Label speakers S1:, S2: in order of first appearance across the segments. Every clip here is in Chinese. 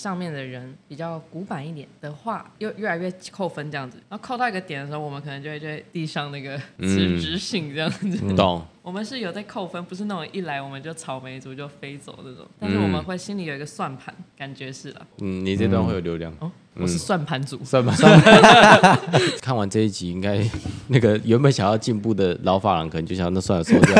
S1: 上面的人比较古板一点的话，又越来越扣分这样子。然后扣到一个点的时候，我们可能就会就会递上那个辞职信这样子。
S2: 嗯懂？
S1: 我们是有在扣分，不是那种一来我们就草莓族就飞走那种。但是我们会心里有一个算盘，感觉是啦。
S2: 嗯，你这段会有流量，
S1: 哦，我是算盘族。
S2: 算吧。 看完这一集，应该那个原本想要进步的老法郎，可能就想那算了，收 掉，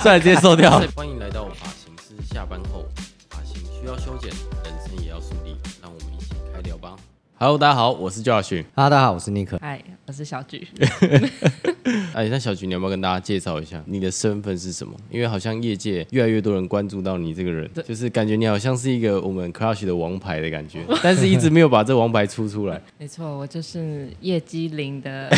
S2: 算了，直接收掉。欢迎来到发型师下班后，发型需要修剪，人生也要树立，让我们一起开聊吧。Hello，大家好，我是 Josh。
S3: 哈，大家好，我是尼克。
S1: 嗨，我是小菊。
S2: 哎，那小菊，你要不要跟大家介绍一下你的身份是什么？因为好像业界越来越多人关注到你这个人
S1: 对，
S2: 就是感觉你好像是一个我们 Crush 的王牌的感觉， 但是一直没有把这王牌出出来。
S1: 没错，我就是叶机灵的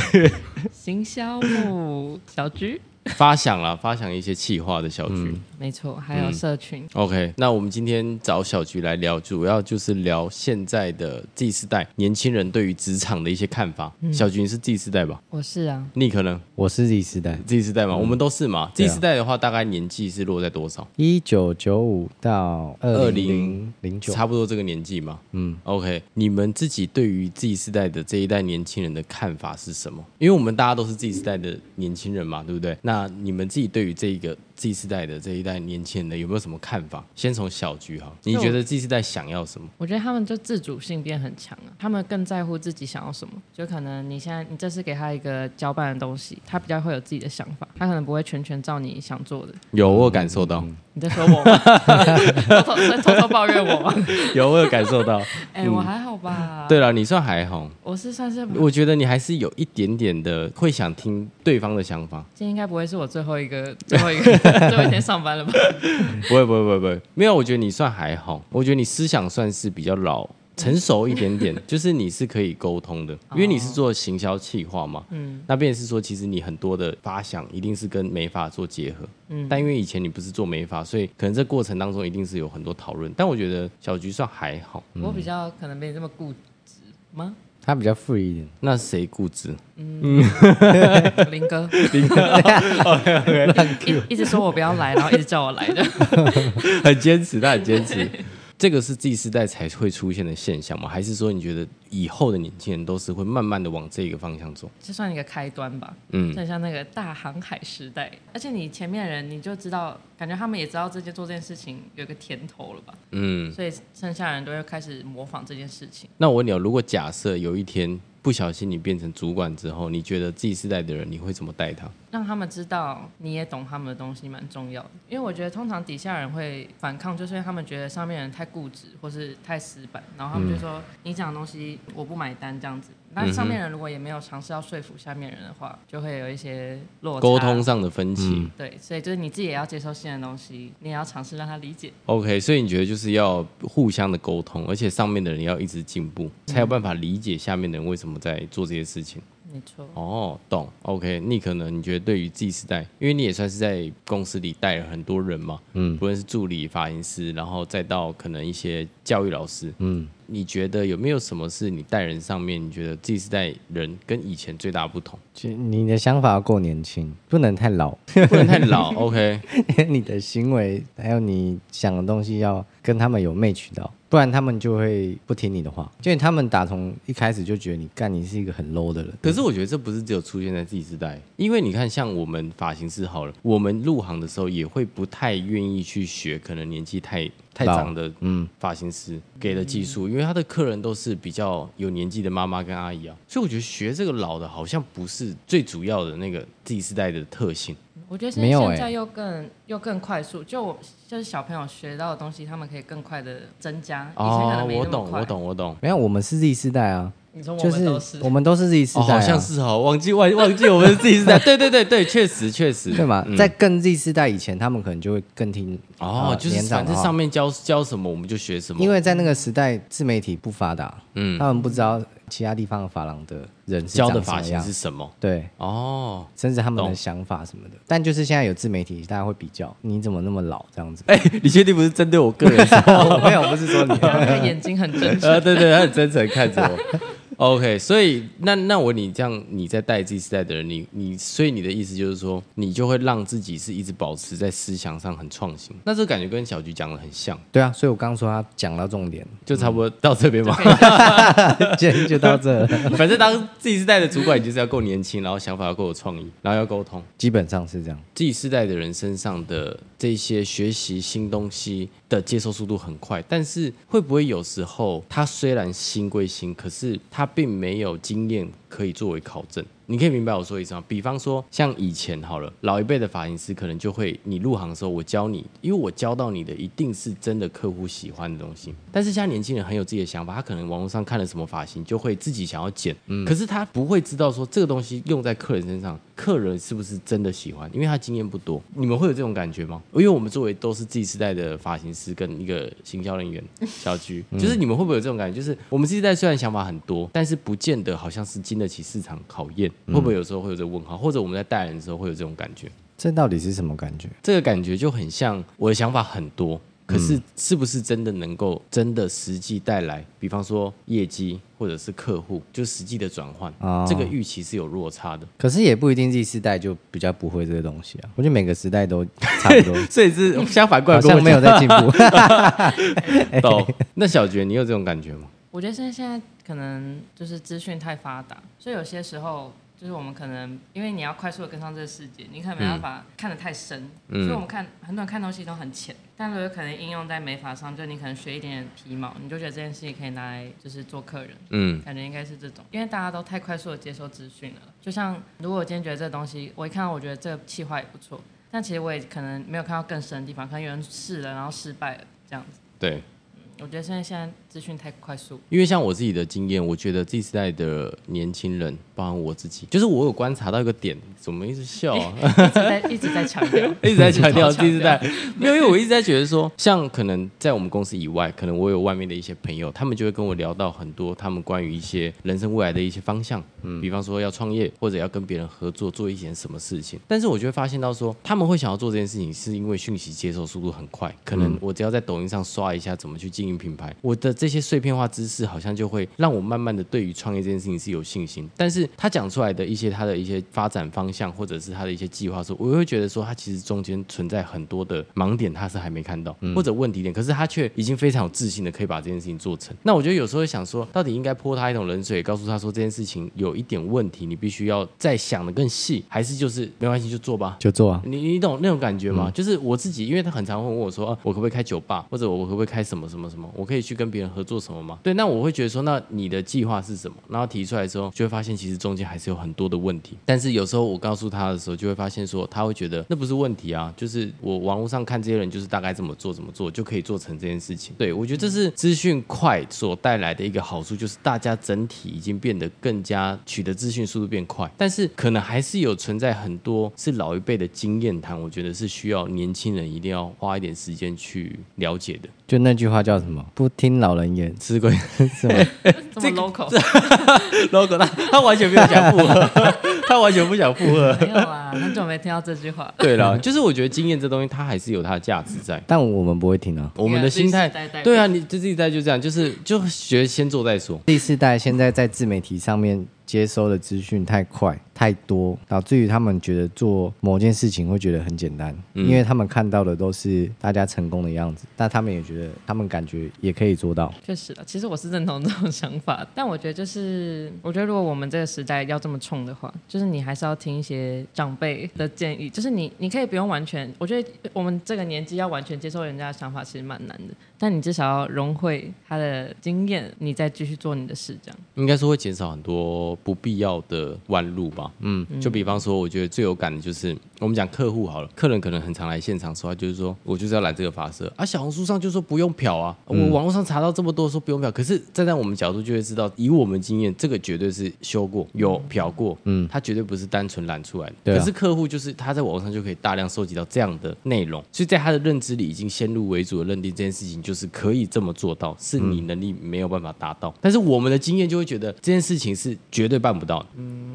S1: 行销部小菊。
S2: 发想啦，发想一些企划的小菊。
S3: 嗯
S1: 没错，还有社群。
S2: OK，那我们今天找小菊来聊，主要就是聊现在的 Z 世代年轻人对于职场的一些看法。
S3: 嗯
S2: 小菊你是 Z 世代吧？
S1: 我是啊，
S2: 你可能
S3: 我是 Z 时代，
S2: Z 世代嘛，我们都是嘛。
S3: 对
S2: Z
S3: 啊
S2: 世代的话，大概年纪是落在多少？
S3: 一九九五到二零零九，
S2: 差不多这个年纪嘛。嗯，OK，你们自己对于 Z 世代的这一代年轻人的看法是什么？因为我们大家都是 Z 世代的年轻人嘛，对不对？那你们自己对于这一个 Z 世代的这一代年轻人的有没有什么看法？先从小菊哈，你觉得 Z 世代想要什么？
S1: 我觉得他们就自主性变很强啊了，他们更在乎自己想要什么。就可能你现在你这次给他一个交办的东西，他比较会有自己的想法，他可能不会全权照你想做的。
S2: 有，我有感受到，
S1: 你在说我吗？偷偷在偷偷抱怨我吗？
S2: 有，我有感受到。
S1: 哎、我还好吧。，
S2: 对了，你算还好，
S1: 我是算是
S2: 我觉得你还是有一点点的会想听对方的想法。
S1: 今天应该不会是我最后一个最后一个最后一天上班了吧？
S2: 不会，不会，不会，不会，没有，我觉得你算还好，我觉得你思想算是比较老。成熟一点 点，就是你是可以沟通的，因为你是做行销企划嘛，哦嗯，那便是说，其实你很多的发想一定是跟美发做结合，嗯，但因为以前你不是做美发，所以可能这过程当中一定是有很多讨论，但我觉得小菊算还好，
S1: 我比较可能没这么固执吗？
S3: 他比较 free 一点。
S2: 那谁固 执？
S1: 林哥，林 哥，一一直说我不要来，然后一直叫我来的。
S2: 很坚持，他很坚持。这个是 Z 世代才会出现的现象吗？还是说你觉得以后的年轻人都是会慢慢的往这个方向走？
S1: 这算一个开端吧，
S2: 嗯
S1: 嗯，很像那个大航海时代，而且你前面的人你就知道，感觉他们也知道这件做这件事情有个甜头了吧，
S2: 嗯，
S1: 所以剩下的人都会开始模仿这件事情。
S2: 那我问你哦，如果假设有一天不小心你变成主管之后，你觉得 Z 世代的人你会怎么带他？
S1: 让他们知道你也懂他们的东西蛮重要的，因为我觉得通常底下人会反抗，就是因为他们觉得上面人太固执或是太死板，然后他
S2: 嗯
S1: 们就说、你讲的东西我不买单这样子。那上面人如果也没有尝试要说服下面人的话，就会有一些落差
S2: 沟通上的分歧、
S1: 对，所以就是你自己也要接受新的东西，你也要尝试让他理解。
S2: o k 所以你觉得就是要互相的沟通，而且上面的人要一直进步，才有办法理解下面的人为什么在做这些事情。
S1: 没错，
S2: 哦，懂。OK，你可能你觉得对于 Z 世代，因为你也算是在公司里带了很多人嘛，嗯，不论是助理、发型师，然后再到可能一些教育老师，嗯，你觉得有没有什么是你带人上面你觉得 Z 世代人跟以前最大不同？
S3: 就你的想法要够年轻，不能太老。
S2: 不能太老，OK，
S3: 你的行为还有你想的东西要跟他们有 match 到，不然他们就会不听你的话。就他们打从一开始就觉得你干你是一个很 low 的人。
S2: 可是我觉得这不是只有出现在 Z 世代，因为你看，像我们发型师好了，我们入行的时候也会不太愿意去学，可能年纪太太
S3: 老
S2: 长的嗯发型师给的技术，因为他的客人都是比较有年纪的妈妈跟阿姨啊，所以我觉得学这个老的好像不是最主要的那个 Z 世代的特性。
S1: 我觉得是
S3: 没有
S1: 现
S3: 欸
S1: 在又更、又更快速，就我就是小朋友学到的东西，他们可以更快的增加，以前可能没
S2: 哦我
S1: 那么
S2: 懂，
S1: 快。
S2: 我。懂，我懂。
S3: 没有，哦我们是 Z 世代啊，
S1: 你说我
S3: 就
S1: 们
S3: 是
S1: 都是，
S3: 我们都是 Z 世
S2: 哦，
S3: 代、
S2: 好
S3: 啊
S2: 像是哦，忘记忘忘记我们是 Z 世代，对对对对，确实确实，
S3: 对嘛？
S2: 嗯
S3: 在更 Z 世代以前，他们可能就会更听
S2: 哦
S3: 呃，
S2: 就是
S3: 年长
S2: 反
S3: 的
S2: 正
S3: 话
S2: 上面教教什么我们就学什么，
S3: 因为在那个时代，自媒体不发达，
S2: 嗯
S3: 嗯，他们不知道其他地方的发廊的人是
S2: 教
S3: 长
S2: 的
S3: 什么
S2: 发型
S3: 样
S2: 是，什么。
S3: 对，
S2: 哦，
S3: 甚至他们
S2: 懂？
S3: 的想法什么的。但就是现在有自媒体，大家会比较，你怎么那么老这样子
S2: 哎、你确定不是针对我个人说？啊
S3: 我没有，不是说你，
S1: 刚刚那个眼睛很真诚。
S2: 呃，对对，他很真诚看着我。 OK，所以那那我你这样你在带 Z 世代的人，你你所以你的意思就是说，你就会让自己是一直保持在思想上很创新。那这感觉跟小菊讲的很像，
S3: 对啊，所以我刚刚说他讲到重点，
S2: 就差不多到这边吧。
S3: 今天就到这了，
S2: 反正当 Z 世代的主管，你就是要够年轻，然后想法要够有创意，然后要沟通。
S3: 基本上是这样。
S2: Z 世代的人身上的这些学习新东西的接受速度很快，但是会不会有时候他虽然新归新，可是他并没有经验可以作为考证？你可以明白我说的意思吗？比方说像以前好了，老一辈的发型师可能就会，你入行的时候我教你，因为我教到你的一定是真的客户喜欢的东西。但是现在年轻人很有自己的想法，他可能网络上看了什么发型，就会自己想要剪，可是他不会知道说这个东西用在客人身上，客人是不是真的喜欢，因为他经验不多。你们会有这种感觉吗？因为我们作为都是自己时代的发型师跟一个行销人员小鞠，就是你们会不会有这种感觉？就是我们自己代虽然想法很多，但是不见得好像是经得起市场考验，会不会有时候会有这个问号？或者我们在带人的时候会有这种感觉？
S3: 这到底是什么感觉？
S2: 这个感觉就很像我的想法很多，可是
S3: 嗯
S2: 是不是真的能够真的实际带来，比方说业绩或者是客户，就实际的转换，
S3: 哦
S2: 这个预期是有落差的。
S3: 可是也不一定 Z 世代就比较不会这个东西啊。我觉得每个时代都差 不多，
S2: 所以是相反过
S3: 好
S2: 来跟我
S3: 像没有在进步。
S2: 讲 到。那小觉，你有这种感觉吗？
S1: 我觉得现在现在可能就是资讯太发达，所以有些时候就是我们可能因为你要快速的跟上这个世界，你可能没办
S3: 嗯
S1: 法看得太深，所以我们看很多人看东西都很浅，但如果可能应用在美发上，就你可能学一点点皮毛，你就觉得这件事情可以拿来就是做客人，
S2: 嗯，
S1: 感觉应该是这种，因为大家都太快速的接受资讯了。就像如果我今天觉得这个东西，我一看到我觉得这个企划也不错，但其实我也可能没有看到更深的地方，可能有人试了然后失败了这样子。
S2: 对。
S1: 我觉得现在现在资讯太快速，
S2: 因为像我自己的经验，我觉得 Z 时代的年轻人，包含我自己，就是我有观察到一个点，怎么一直笑啊？
S1: 一直在一直在强调。
S2: 一直在强调
S1: 一直强调
S2: 第四代， 没有，因为我一直在觉得说，像可能在我们公司以外，可能我有外面的一些朋友，他们就会跟我聊到很多他们关于一些人生未来的一些方向，嗯，比方说要创业或者要跟别人合作做一些什么事情。但是我就会发现到说，他们会想要做这件事情，是因为讯息接受速度很快，可能我只要在抖音上刷一下怎么去经营品牌，我的这些碎片化知识好像就会让我慢慢的对于创业这件事情是有信心。但是他讲出来的一些他的一些发展方向，或者是他的一些计划的时候，我会觉得说他其实中间存在很多的盲点，他是还没看到、或者问题点，可是他却已经非常有自信的可以把这件事情做成。那我觉得有时候会想说，到底应该泼他一桶冷水，告诉他说这件事情有一点问题，你必须要再想的更细，还是就是没关系就做吧，
S3: 就做啊，
S2: 你你懂那种感觉吗？就是我自己，因为他很常会问我说、啊，我可不可以开酒吧，或者我可不可以开什么什么什么，我可以去跟别人合作什么吗？对，那我会觉得说，那你的计划是什么？然后提出来之后，就会发现其实中间还是有很多的问题。但是有时候我告诉他的时候，就会发现说，他会觉得那不是问题啊，就是我网络上看这些人就是大概怎么做怎么做，就可以做成这件事情。对我觉得这是资讯快所带来的一个好处，就是大家整体已经变得更加取得资讯速度变快，但是可能还是有存在很多是老一辈的经验谈，我觉得是需要年轻人一定要花一点时间去了解的。
S3: 就那句话叫什么？不听老人言，
S2: 吃亏
S3: 是吗？
S1: 这么 local，
S2: logo，他他完全没有想附 和，他完全不想附和。
S1: 没有啦，很久没听到这句话。
S2: 对了，就是我觉得经验这东西，它还是有它的价值在。
S3: 但我们不会听啊。
S2: 我们的心态
S1: 对啊自己带，
S2: 对啊，你这自己带就这样，就是就学先做再说。
S3: 第四代现在在自媒体上面接收的资讯太快太多，导致于他们觉得做某件事情会觉得很简单，因为他们看到的都是大家成功的样子，那他们也觉得他们感觉也可以做到。
S1: 确实了，其实我是认同这种想法，但我觉得就是，我觉得如果我们这个时代要这么冲的话，就是你还是要听一些长辈的建议，就是你你可以不用完全，我觉得我们这个年纪要完全接受人家的想法其实蛮难的，但你至少要融会他的经验，你再继续做你的事，这样
S2: 应该说会减少很多不必要的弯路吧。嗯，就比方说，我觉得最有感的就是我们讲客户好了，客人可能很常来现场说，他就是说我就是要染这个发色啊，小红书上就说不用漂啊，我网络上查到这么多说不用漂，可是站在我们角度就会知道，以我们经验，这个绝对是修过、有漂过，嗯，它绝对不是单纯染出来的。
S3: 对啊
S2: 可是客户就是他在网络上就可以大量收集到这样的内容，所以在他的认知里已经先入为主的认定这件事情就是可以这么做到，是你能力没有办法达到。但是我们的经验就会觉得这件事情是绝对办不到的。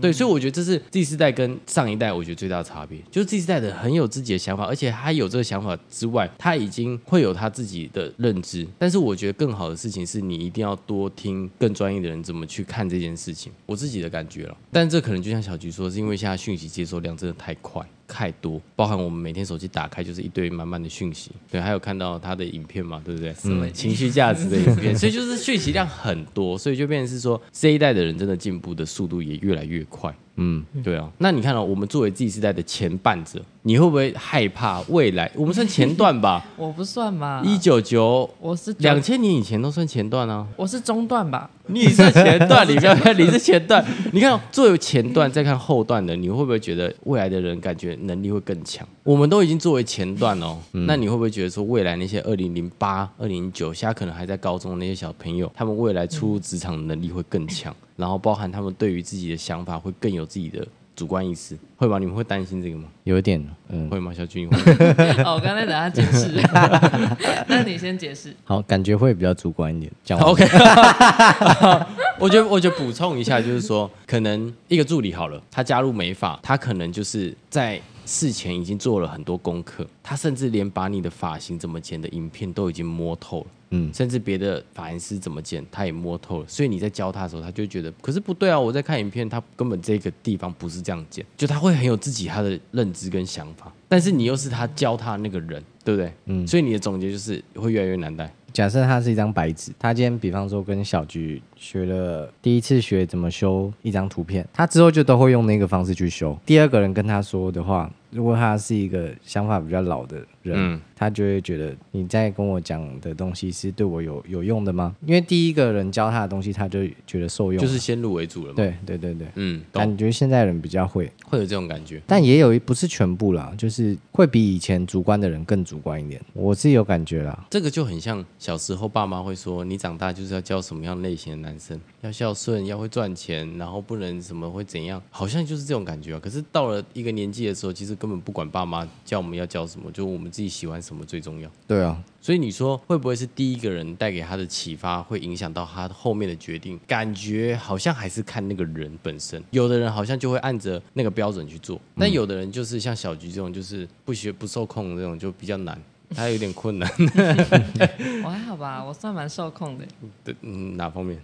S2: 对，所以我觉得这是第四代跟上一代我觉得最大的差别，就是第四代的很有自己的想法，而且他有这个想法之外，他已经会有他自己的认知。但是我觉得更好的事情是你一定要多听更专业的人怎么去看这件事情，我自己的感觉了。但这可能就像小菊说，是因为现在讯息接收量真的太快。太多，包含我们每天手机打开就是一堆满满的讯息，对，还有看到他的影片嘛，对不对？嗯，情绪价值的影片，所以就是讯息量很多，所以就变成是说这一代的人真的进步的速度也越来越快。嗯，对啊。那你看到、我们作为 Z 世代的前半者，你会不会害怕未来？我们算前段吧，
S1: 我不算吧，
S2: 一九九
S1: 我是中
S2: 两千年以前都算前段啊。
S1: 我是中段 吧，
S2: 你是前段，你不要看你是前段。你看，作为前段再看后段的，你会不会觉得未来的人感觉能力会更强？我们都已经作为前段哦，那你会不会觉得说未来那些二零零八、二零九，现在可能还在高中的那些小朋友，他们未来出入职场的能力会更强，然后包含他们对于自己的想法会更有自己的主观意识，会吗？你们会担心这个吗？
S3: 有一点，嗯，
S2: 会吗？小军，你会吗
S1: 哦，我刚才等他解释， 那你先解释。
S3: 好，感觉会比较主观一点。讲完
S2: OK，我觉得，我觉得补充一下，就是说，可能一个助理好了，他加入美发，他可能就是在事前已经做了很多功课，他甚至连把你的发型怎么剪的影片都已经摸透了。嗯，甚至别的发型师怎么剪，他也摸透了，所以你在教他的时候，他就会觉得，可是不对啊！我在看影片，他根本这个地方不是这样剪，就他会很有自己他的认知跟想法，但是你又是他教他的那个人，对不对？嗯，所以你的总结就是会越来越难带。
S3: 假设它是一张白纸，他今天比方说跟小菊学了第一次学怎么修一张图片，他之后就都会用那个方式去修。第二个人跟他说的话，如果他是一个想法比较老的人，
S2: 嗯
S3: 他就会觉得你在跟我讲的东西是对我有有用的吗？因为第一个人教他的东西，他就觉得受用，
S2: 就是先入为主了嘛。，
S3: 对对对对，
S2: 嗯，懂，
S3: 感觉现在人比较会。
S2: 会有这种感觉。
S3: 但也有一不是全部啦，就是会比以前主观的人更主观一点，我是有感觉啦。
S2: 这个就很像小时候爸妈会说，你长大就是要交什么样类型的男生，要孝顺，要会赚钱，然后不能什么会怎样，好像就是这种感觉啊。可是到了一个年纪的时候，其实根本不管爸妈叫我们要交什么，就我们自己喜欢什么最重要。
S3: 对啊，
S2: 所以你说会不会是第一个人带给他的启发，会影响到他后面的决定？感觉好像还是看那个人本身。有的人好像就会按着那个标准去做，但有的人就是像小菊这种，就是不学不受控的这种，就比较难，他有点困难。
S1: 我还好吧，我算蛮受控的。
S2: 对，嗯，哪方面？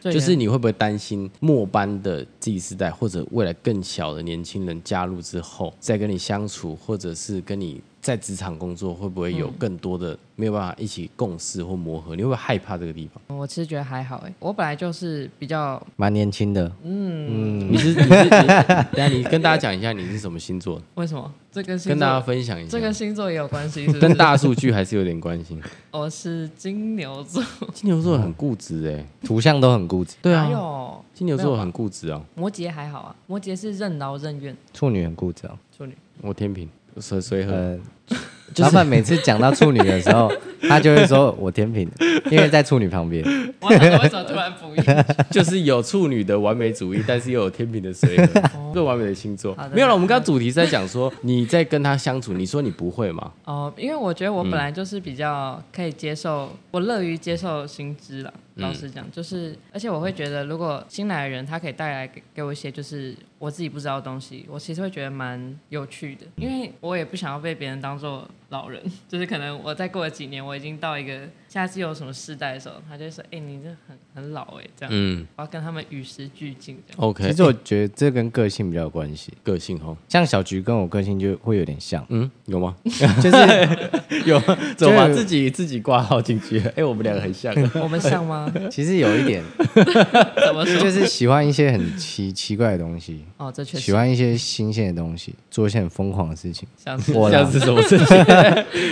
S1: 最
S2: 就是
S1: 严
S2: 你会不会担心末班的 Z 世代或者未来更小的年轻人加入之后，再跟你相处，或者是跟你在职场工作，会不会
S1: 嗯
S2: 有更多的没有办法一起共事或磨合？你会不会害怕这个地方？
S1: 我其实觉得还好哎，我本来就是比较
S3: 蛮年轻的，
S1: 嗯
S2: 你是你是你，等一下你跟大家讲一下你是什么 星座，
S1: 为什么这跟星
S2: 跟大家
S1: 座
S2: 分享一下。
S1: 这跟星座也有关系，是不是
S2: 跟大数据还是有点 关系。
S1: 我是金牛座，
S2: 金牛座很固执哎、
S3: 图像都很固执，
S2: 对
S1: 哪
S2: 啊，
S1: 有
S2: 金牛座很固执啊。
S1: 哎摩羯还好啊，摩羯是任劳任怨，
S3: 处女很固执、哦。
S1: 处女
S2: 我天平，随随和。
S3: 呃，老板每次讲到处女的时候，他就会说我天 平，因为在处女旁边。
S1: 我想说为什么突然补一句？
S2: 就是有处女的完美主义，但是又有天平的随 和，最完美的星座
S1: 好。的
S2: 没有了，我们刚刚主题是在讲说你在跟他相处，你说你不会嘛？
S1: 哦，因为我觉得我本
S3: 嗯
S1: 来就是比较可以接受，我乐于接受新知了。
S3: 嗯
S1: 老实讲，就是而且我会觉得，如果新来的人他可以带来给给我一些就是我自己不知道的东西，我其实会觉得蛮有趣的，因为我也不想要被别人当做老人， 就是可能我再过了几年，我已经到一个下次有什么世代的时候，他就会说：“哎、你这很很老哎、这样。
S2: 嗯
S1: 我要跟他们与时俱进，这样。
S2: ，OK，
S3: 其实我觉得这跟个性比较有关系，
S2: 个性哦，
S3: 像小菊跟我个性就会有点像，
S2: 嗯，有吗？
S3: 就是
S2: 有，怎么把
S3: 就
S2: 自己自己挂号进去？哎，我们两个很像，
S1: 我们像 吗？
S3: 其实有一 点，
S1: 怎么说？
S3: 就是喜欢一些很奇奇怪的东西，
S1: 哦，这确
S3: 喜
S1: 实
S3: 欢一些新鲜的东西，做一些很疯狂的事情。
S1: 像是
S3: 我啦
S2: 像是什么事情？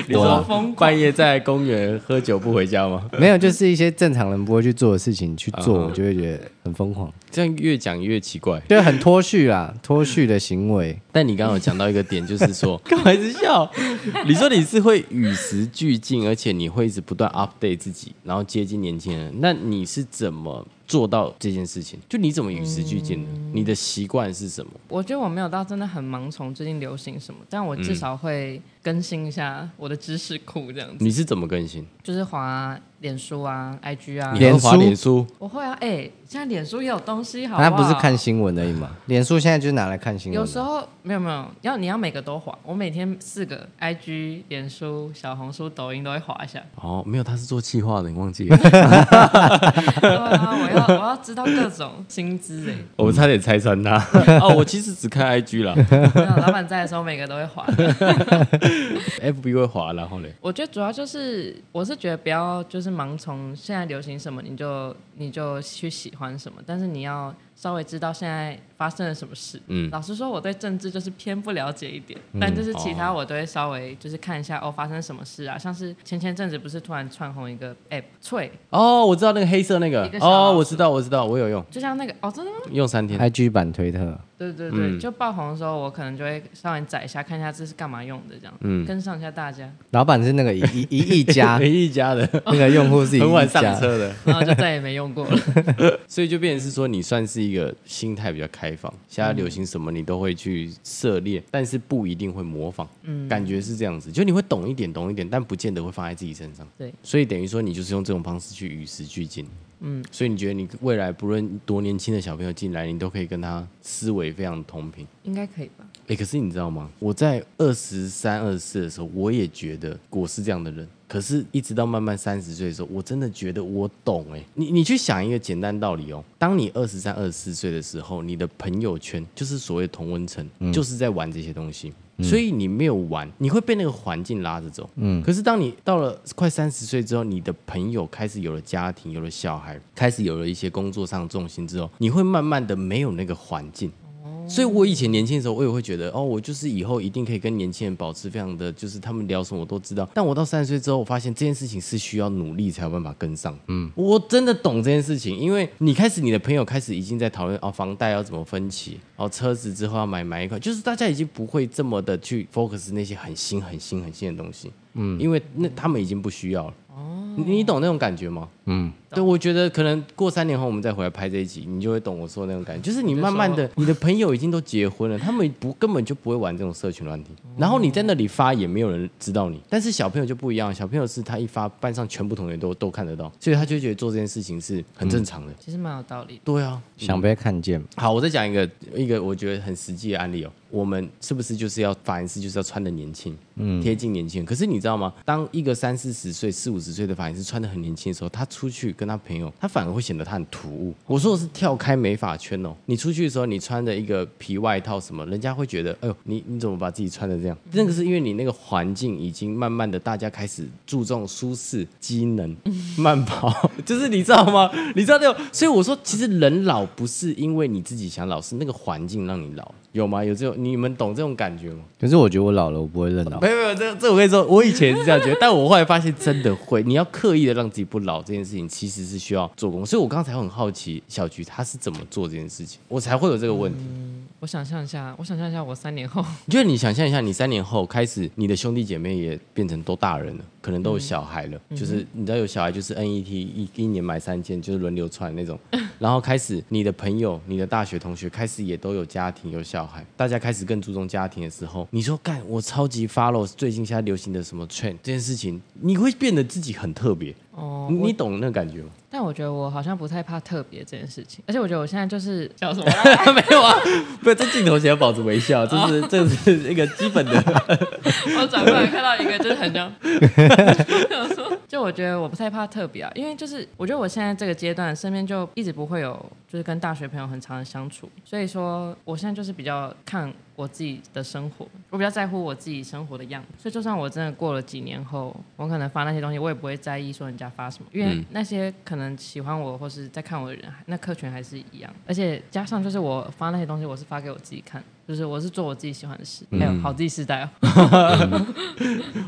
S2: 你
S1: 我
S2: 说
S1: 啦疯狂
S2: 半夜在公园喝酒不回家吗？
S1: 啊
S3: 没有，就是一些正常人不会去做的事情去做，
S2: 嗯
S3: 我就会觉得很疯狂。
S2: 这样越讲越奇怪。
S3: 对，很脱序啦，脱序的行为。
S2: 但你刚刚有讲到一个点，就是说， 干嘛一直笑？你说你是会与时俱进，而且你会一直不断 update 自己，然后接近年轻人。那你是怎么做到这件事情？就你怎么与时俱进的？
S1: 嗯
S2: 你的习惯是什么？
S1: 我觉得我没有到真的很盲从最近流行什么，但我
S3: 嗯
S1: 至少会更新一下我的知识库，这样子
S2: 你是怎么更新？
S1: 就是滑脸书啊、IG 啊
S2: 你。还会滑
S3: 脸
S2: 脸书？
S1: 我会啊，哎、现在脸书也有东西，好不
S3: 他
S1: 好？
S3: 啊不是看新闻而已嘛？脸书现在就是拿来看新闻的。
S1: 有时候没有没有，要你要每个都滑，我每天四个 IG、脸书、小红书、抖音都会滑一下。
S2: 哦，没有，他是做企划的，你忘记 了？
S1: 对啊，我要我要知道各种薪资哎、
S2: 我差点拆穿他。 哦，我其实只看 IG 啦
S1: 没有老板在的时候，每个都会滑。
S2: ，FB 会滑，然后嘞，
S1: 我觉得主要就是，我是觉得不要就是盲从现在流行什么你就你就去喜欢什么，但是你要稍微知道现在发生了什么事。
S2: 嗯
S1: 老实说，我对政治就是偏不了解一点，但就是其他我都会稍微就是看一下哦发生什么事啊，像是前前阵子不是突然窜红一个 app 脆，
S2: 哦，我知道那个黑色那个
S1: 一个，小老
S2: 哦，
S1: 鼠
S2: 我知道，我知道，我有用，
S1: 就像那个哦真的吗？
S2: 用三天。
S3: IG 版推特，
S1: 对对对，就爆红的时候，我可能就会稍微载一下，看一下这是干嘛用的这样，跟上一下大家，
S3: 老板是那个一一一 亿家，
S2: 一家的，
S3: 那个用户是一
S2: 很
S3: 亿
S2: 晚上
S3: 家。
S2: 车的，
S1: 然后就再也没用过了。
S2: 所以就变成是说，你算是一个心态比较开放，现在流行什么你都会去涉猎，但是不一定会模仿，
S1: 嗯
S2: 感觉是这样子，就你会懂一点，懂一点，但不见得会放在自己身上，
S1: 对，
S2: 所以等于说你就是用这种方式去与时俱进，
S1: 嗯，
S2: 所以你觉得你未来不论多年轻的小朋友进来，你都可以跟他思维非常同频。
S1: 应该可以吧？
S2: 哎、可是你知道吗？我在二十三、二十四的时候，我也觉得我是这样的人。可是，一直到慢慢三十岁的时候，我真的觉得我懂哎、你你去想一个简单道理哦，当你二十三、二十四岁的时候，你的朋友圈就是所谓同温层，就是在玩这些东西。所以你没有玩，你会被那个环境拉着走。嗯，可是当你到了快三十岁之后，你的朋友开始有了家庭，有了小孩，开始有了一些工作上的重心之后，你会慢慢的没有那个环境。所以我以前年轻的时候，我也会觉得，哦，我就是以后一定可以跟年轻人保持非常的，就是他们聊什么我都知道。但我到三十岁之后，我发现这件事情是需要努力才有办法跟上。嗯，我真的懂这件事情，因为你开始你的朋友开始已经在讨论哦，房贷要怎么分期，哦，车子之后要买买一块，就是大家已经不会这么的去 focus 那些很新、很新、很新的东西。嗯，因为那他们已经不需要了。哦，你懂那种感觉吗？对，我觉得可能过三年后我们再回来拍这一集，你就会懂我说的那种感觉。就是你慢慢的，你的朋友已经都结婚了，他们不根本就不会玩这种社群软体，然后你在那里发也没有人知道你。但是小朋友就不一样，小朋友是他一发，班上全部同学都都看得到，所以他就觉得做这件事情是很正常的。
S1: 其实蛮有道理的。
S2: 对啊，
S3: 想被看见，
S2: 好，我再讲一个一个我觉得很实际的案例哦。我们是不是就是要发型师就是要穿的年轻，嗯，贴近年轻人？可是你知道吗？当一个三四十岁、四五十岁的发型师穿的很年轻的时候，他出去跟他朋友，他反而会显得他很突兀。我说的是跳开美发圈哦，你出去的时候你穿着一个皮外套什么，人家会觉得，哎呦，你你怎么把自己穿的这样？那个是因为你那个环境已经慢慢的，大家开始注重舒适、机能、慢跑，嗯 就是你知道吗？你知道那种，所以我说，其实人老不是因为你自己想老，是那个环境让你老，有吗？有这种，你们懂这种感觉吗？
S3: 可是我觉得我老了，我不会认老。
S2: 没有没有，这这我跟你说，我以前是这样觉得，但我后来发现真的会，你要刻意的让自己不老这件事情，其实是需要做工。所以我刚才很好奇，小菊她是怎么做这件事情，我才会有这个问题。
S1: 我想象一下，我想象一下，我三年后，
S2: 就是你想象一下，你三年后开始，你的兄弟姐妹也变成都大人了，可能都有小孩了。
S1: 嗯
S2: 就是你知道有小孩，就是 NET 一一年买三件，就是轮流穿那种。然后开始你的朋友、你的大学同学开始也都有家庭、有小孩，大家开始更注重家庭的时候，你说干，我超级 follow 最近现在流行的什么 trend 这件事情，你会变得自己很特别。
S1: 哦，
S2: 你
S1: 我
S2: 你懂那个感觉吗？
S1: 但我觉得我好像不太怕特别这件事情，而且我觉得我现在就是叫什么？
S2: 没有啊，不是，这镜头前要保持微笑，这是这是一个基 本的。
S1: 我转过来看到一个就是很像，就我觉得我不太怕特别啊，因为就是我觉得我现在这个阶段身边就一直不会有就是跟大学朋友很长的相处，所以说我现在就是比较看我自己的生活，我比较在乎我自己生活的样子，所以就算我真的过了几年后，我可能发那些东西，我也不会在意说人家发什么，因为那些可能喜欢我或是在看我的人，那客群还是一样，而且加上就是我发那些东西，我是发给我自己看。就是我是做我自己喜欢的事，还有好自己时代哦。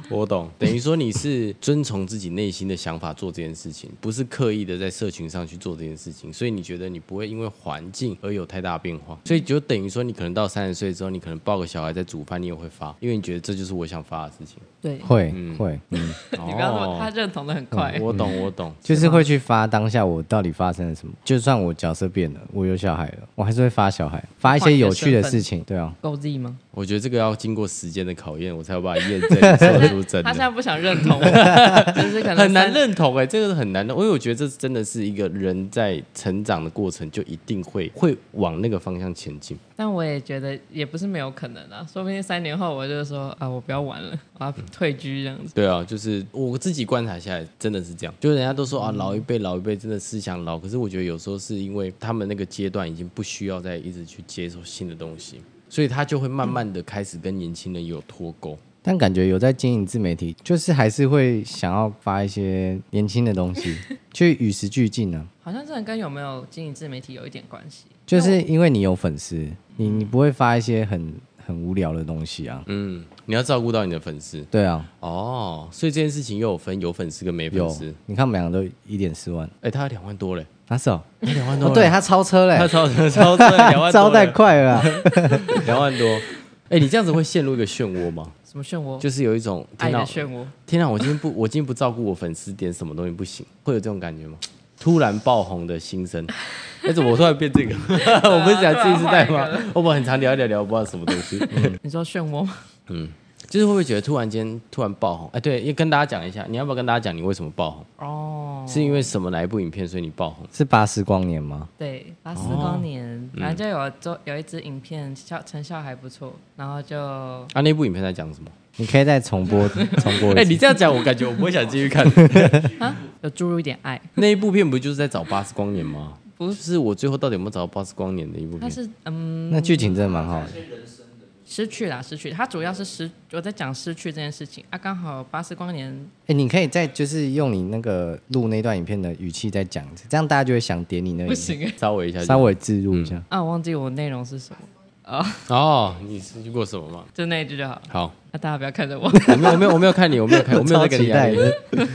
S2: 我懂，等于说你是遵从自己内心的想法做这件事情，不是刻意的在社群上去做这件事情，所以你觉得你不会因为环境而有太大变化，所以就等于说你可能到三十岁之后，你可能抱个小孩在煮饭，你也会发，因为你觉得这就是我想发的事情。
S1: 对，
S3: 会会，
S2: 嗯
S1: 你不要这么，他
S2: 哦
S1: 认同的很快。
S2: 我懂，我懂，
S3: 就是会去发当下我到底发生了什么。就算我角色变了，我有小孩了，我还是会发小孩，发一些有趣的事情。对啊，
S1: 够 Z 吗？
S2: 我觉得这个要经过时间的考验，我才有办法验证你说的是不是真
S1: 他现
S2: 的。
S1: 在不想认同我， 就是可能
S2: 很
S1: 三
S2: 难认同哎、这个是很难的，因为我觉得这真的是一个人在成长的过程，就一定会会往那个方向前进。
S1: 但我也觉得也不是没有可能啊，说不定三年后我就说啊，我不要玩了，我要退居这样子。
S2: 对啊，就是我自己观察下来，真的是这样。就是人家都说啊，老一辈老一辈真的思想老，可是我觉得有时候是因为他们那个阶段已经不需要再一直去接受新的东西，所以他就会慢慢的开始跟年轻人有脱钩。
S3: 但感觉有在经营自媒体，就是还是会想要发一些年轻的东西，去与时俱进啊。
S1: 好像真的跟有没有经营自媒体有一点关系。
S3: 就是因为你有粉丝，你你不会发一些很很无聊的东西啊。
S2: 嗯，你要照顾到你的粉丝
S3: 对啊，
S2: 哦，所以这件事情又有分有粉丝跟没粉
S3: 有
S2: 丝。，
S3: 你看我们两个都一点四万，
S2: 哎、他两万多嘞，
S3: 哪是哦？
S2: 两万多、
S3: 哦，对，他超车
S2: 他
S3: 嘞，
S2: 超车超车两 万多，
S3: 招待快了啊。
S2: 两万多。哎、你这样子会陷入一个漩涡吗？
S1: 什么漩涡？
S2: 就是有一种
S1: 爱
S2: 天
S1: 的
S2: 哪，
S1: 漩涡。
S2: 天哪！我今天不， 我今天不照顾我粉丝，点什么东西不行，会有这种感觉吗？突然爆红的心声，哎、怎么我突然变这个？我们是讲自己是代
S1: 突
S2: 吗
S1: 然换一？
S2: 我们很常聊一聊，聊不知道什么东西。嗯
S1: 你说漩涡 吗？
S2: 嗯，就是会不会觉得突然间突然爆红？哎、对，要跟大家讲一下，你要不要跟大家讲你为什么爆红？
S1: 哦，
S2: 是因为什么哪一部影片所以你爆红？
S3: 是八十光年吗？
S1: 对，八十光年，哦反正就有做有一支影片，效成效还不错，然后就
S2: 啊，那部影片在讲什么？
S3: 你可以再重播重播
S2: 哎、
S3: 一次。
S2: 你这样讲，我感觉我不会想继续看。
S1: 有注入一点爱。
S2: 那一部片不就是在找巴斯光年吗？
S1: 不是
S2: 就是我最后到底有没有找到巴斯光年的一部
S1: 它
S2: 片？
S1: 是嗯，
S3: 那剧情真的蛮好的，
S1: 失去啦，失去。它主要是失，我在讲失去这件事情啊。刚好八十光年，
S3: 哎、你可以再就是用你那个录那段影片的语气再讲一次，这样大家就会想点你那
S1: 不
S3: 个影
S1: 行
S3: 片。
S1: 哎、
S2: 稍微一下就，
S3: 稍微置入一下，
S1: 啊，我忘记我内容是什么，
S2: 哦，你是遇过什么吗？
S1: 就那一句就好。
S2: 好，
S1: 那、大家不要看着啊我。
S2: 我没有，我没有，我没有看你，我没有 看，我没有
S3: 超
S2: 在给你
S3: 期
S2: 压
S3: 待
S2: 力。
S3: 的。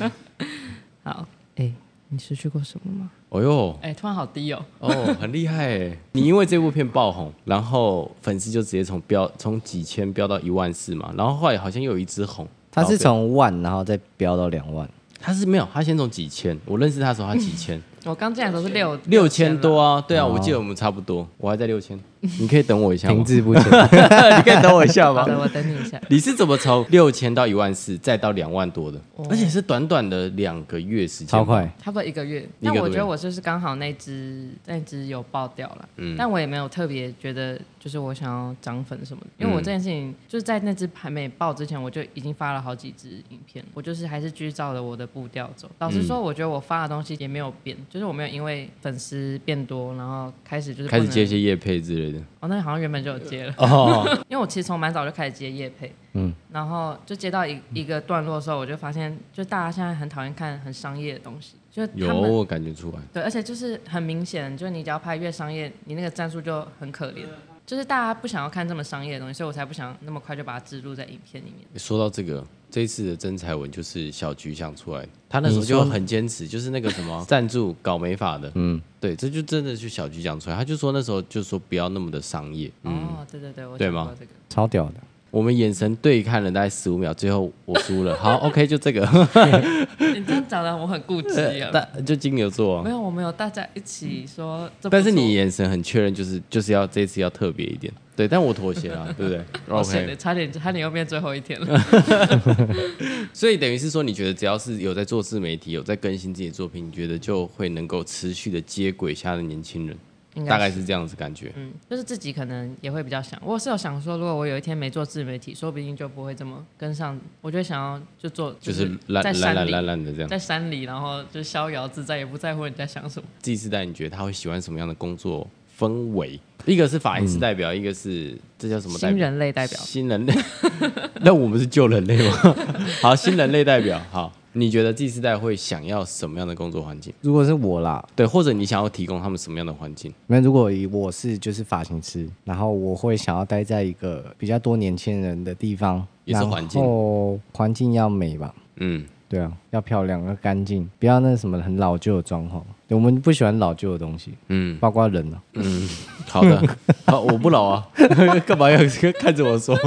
S1: 好， 哎、你失去过什么吗？
S2: 哦哟，
S1: 哎、突然好低哦。
S2: 哦，很厉害哎！你因为这部片爆红，然后粉丝就直接从飙从几千飙到一万四嘛，然后后来好像又有一只红，
S3: 它是
S2: 然后
S3: 从万然后再飙到两万，
S2: 被他是没有，他先从几千，我认识他的时候他几 千，
S1: 我刚进来的时候是六
S2: 六千多
S1: 啊。
S2: 啊，对啊，我记得我们差不多，我还在六千，你可以等我一下吗
S3: 停？滞不前。
S2: 你可以等我一下 吗
S1: 好？的，我等你一下。
S2: 你是怎么从六千到一万四，再到两万多的？而且是短短的两个月时间，
S3: 哦超快。
S1: 差不多一个月，
S2: 一个
S1: 但
S2: 多月
S1: 我觉得我就是刚好那只那只有爆掉了，
S2: 嗯
S1: 但我也没有特别觉得就是我想要涨粉什么的，因
S2: 嗯
S1: 为我这件事情就是在那只还没爆之前，我就已经发了好几支影片，我就是还是继续照着我的步调走。老
S2: 嗯
S1: 实说，我觉得我发的东西也没有变，就是我没有因为粉丝变多，然后开始就是不
S2: 开
S1: 能
S2: 始接一些夜配之类的。
S1: 哦，那好像原本就有接了，
S2: 哦，
S1: 因为我其实从蛮早就开始接夜配，嗯，然后就接到一一个段落的时候，我就发现，就大家现在很讨厌看很商业的东西，就是他
S2: 有
S1: 们
S2: 我感觉出来。
S1: 对，而且就是很明显，就是你只要拍越商业，你那个战术就很可怜。就是大家不想要看这么商业的东西，所以我才不想那么快就把它植入在影片里面。
S2: 说到这个，这一次的真才文就是小菊想出来的，他那时候就很坚持，就是那个什么 赞助搞美发的，嗯，对，这就真的是小菊讲出来，他就说那时候就说不要那么的商业。
S1: 哦，对对对，我
S2: 嗯对
S1: 想
S2: 吗
S1: 过这个。
S3: 超屌的，
S2: 我们眼神对看了大概十五秒，最后我输 了。好，OK，就这个，
S1: 你这样讲的我很固执啊。
S2: 呃但就金牛座啊
S1: 没。有，我们有大家一起说这不错。
S2: 但是你眼神很确认，就是就是要这次要特别一点，对，但我妥协 了，对不对
S1: 我选的
S2: ？OK，嗯
S1: 差点差点又变最后一天了。
S2: 所以等于是说，你觉得只要是有在做自媒体，有在更新自己的作品，你觉得就会能够持续的接轨下的年轻人，
S1: 应
S2: 大
S1: 该
S2: 概
S1: 是
S2: 是这样子感觉。
S1: 嗯，就是自己可能也会比较想。我是有想说，如果我有一天没做自媒体，说不定就不会这么跟上。我就想要就做，
S2: 就是烂
S1: 在
S2: 烂
S1: 山
S2: 烂
S1: 里，
S2: 烂烂的这样。
S1: 在山里，然后就逍遥自在，也不在乎人家想什么。
S2: Z 世代，你觉得他会喜欢什么样的工作氛围？一个是法医师代表，一个是这叫什么代
S1: 新
S2: 表？
S1: 人类代表，
S2: 新人类。那我们是旧人类吗？好，新人类代表。好，你觉得第四代会想要什么样的工作环境？
S3: 如果是我啦，
S2: 对，或者你想要提供他们什么样的环境？
S3: 那如果以我是就是发型师，然后我会想要待在一个比较多年轻人的地方，
S2: 也是环境
S3: 然后环境要美吧。
S2: 嗯，
S3: 对啊，要漂亮，要干净，不要那什么很老旧的装潢。对我们不喜欢老旧的东西，
S2: 嗯
S3: 嗯，包括人啊。
S2: 好的， 好，我不老啊， 干嘛要看着我说？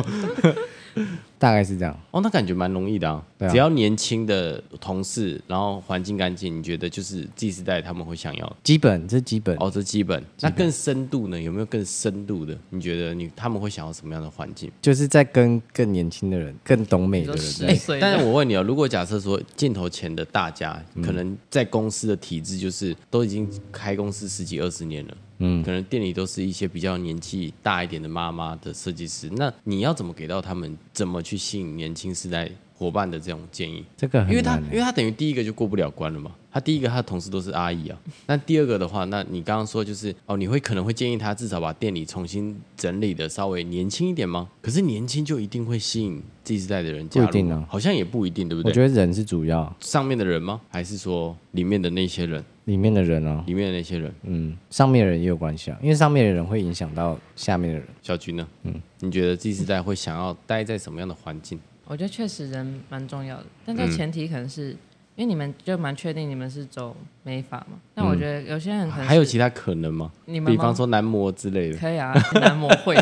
S3: 大概是这样。
S2: 哦，那感觉蛮容易的啊，
S3: 对啊
S2: 只要年轻的同事，然后环境干净，你觉得就是第四代他们会想要的
S3: 基本这是基本，
S2: 哦，这基本。那更深度呢？有没有更深度的？你觉得你他们会想要什么样的环境？
S3: 就是在跟更年轻的人、更懂美
S1: 你
S3: 的
S1: 说
S3: 人
S1: 十
S3: 在一起。
S1: 岁的，
S2: 但是我问你哦，如果假设说镜头前的大家，可能在公司的体制就是都已经开公司十几二十年了，嗯，可能店里都是一些比较年纪大一点的妈妈的设计师，那你要怎么给到他们怎么去吸引年轻世代伙伴的这种建议？
S3: 这个很
S2: 因为他
S3: 难欸
S2: 因为他等于第一个就过不了关了嘛。他第一个他的同事都是阿 姨啊，那第二个的话，那你刚刚说就是哦，你会可能会建议他至少把店里重新整理的稍微年轻一点吗？可是年轻就一定会吸引第四代的人加入吗？
S3: 不一定啊
S2: 好像也不一定，对不对？
S3: 我觉得人是主要，
S2: 上面的人吗？还是说里面的那些人？
S3: 里面的人哦，
S2: 里面的那些人，
S3: 嗯，上面的人也有关系啊，因为上面的人会影响到下面的人。
S2: 小军呢？嗯，你觉得第四代会想要待在什么样的环境？
S1: 我觉得确实人蛮重要的，但这前提可能是、因为你们就蛮确定你们是走美发嘛。但我觉得有些人可能是
S2: 还有其他可能吗？
S1: 你们吗
S2: 比方说男模之类的。
S1: 可以啊， 男模会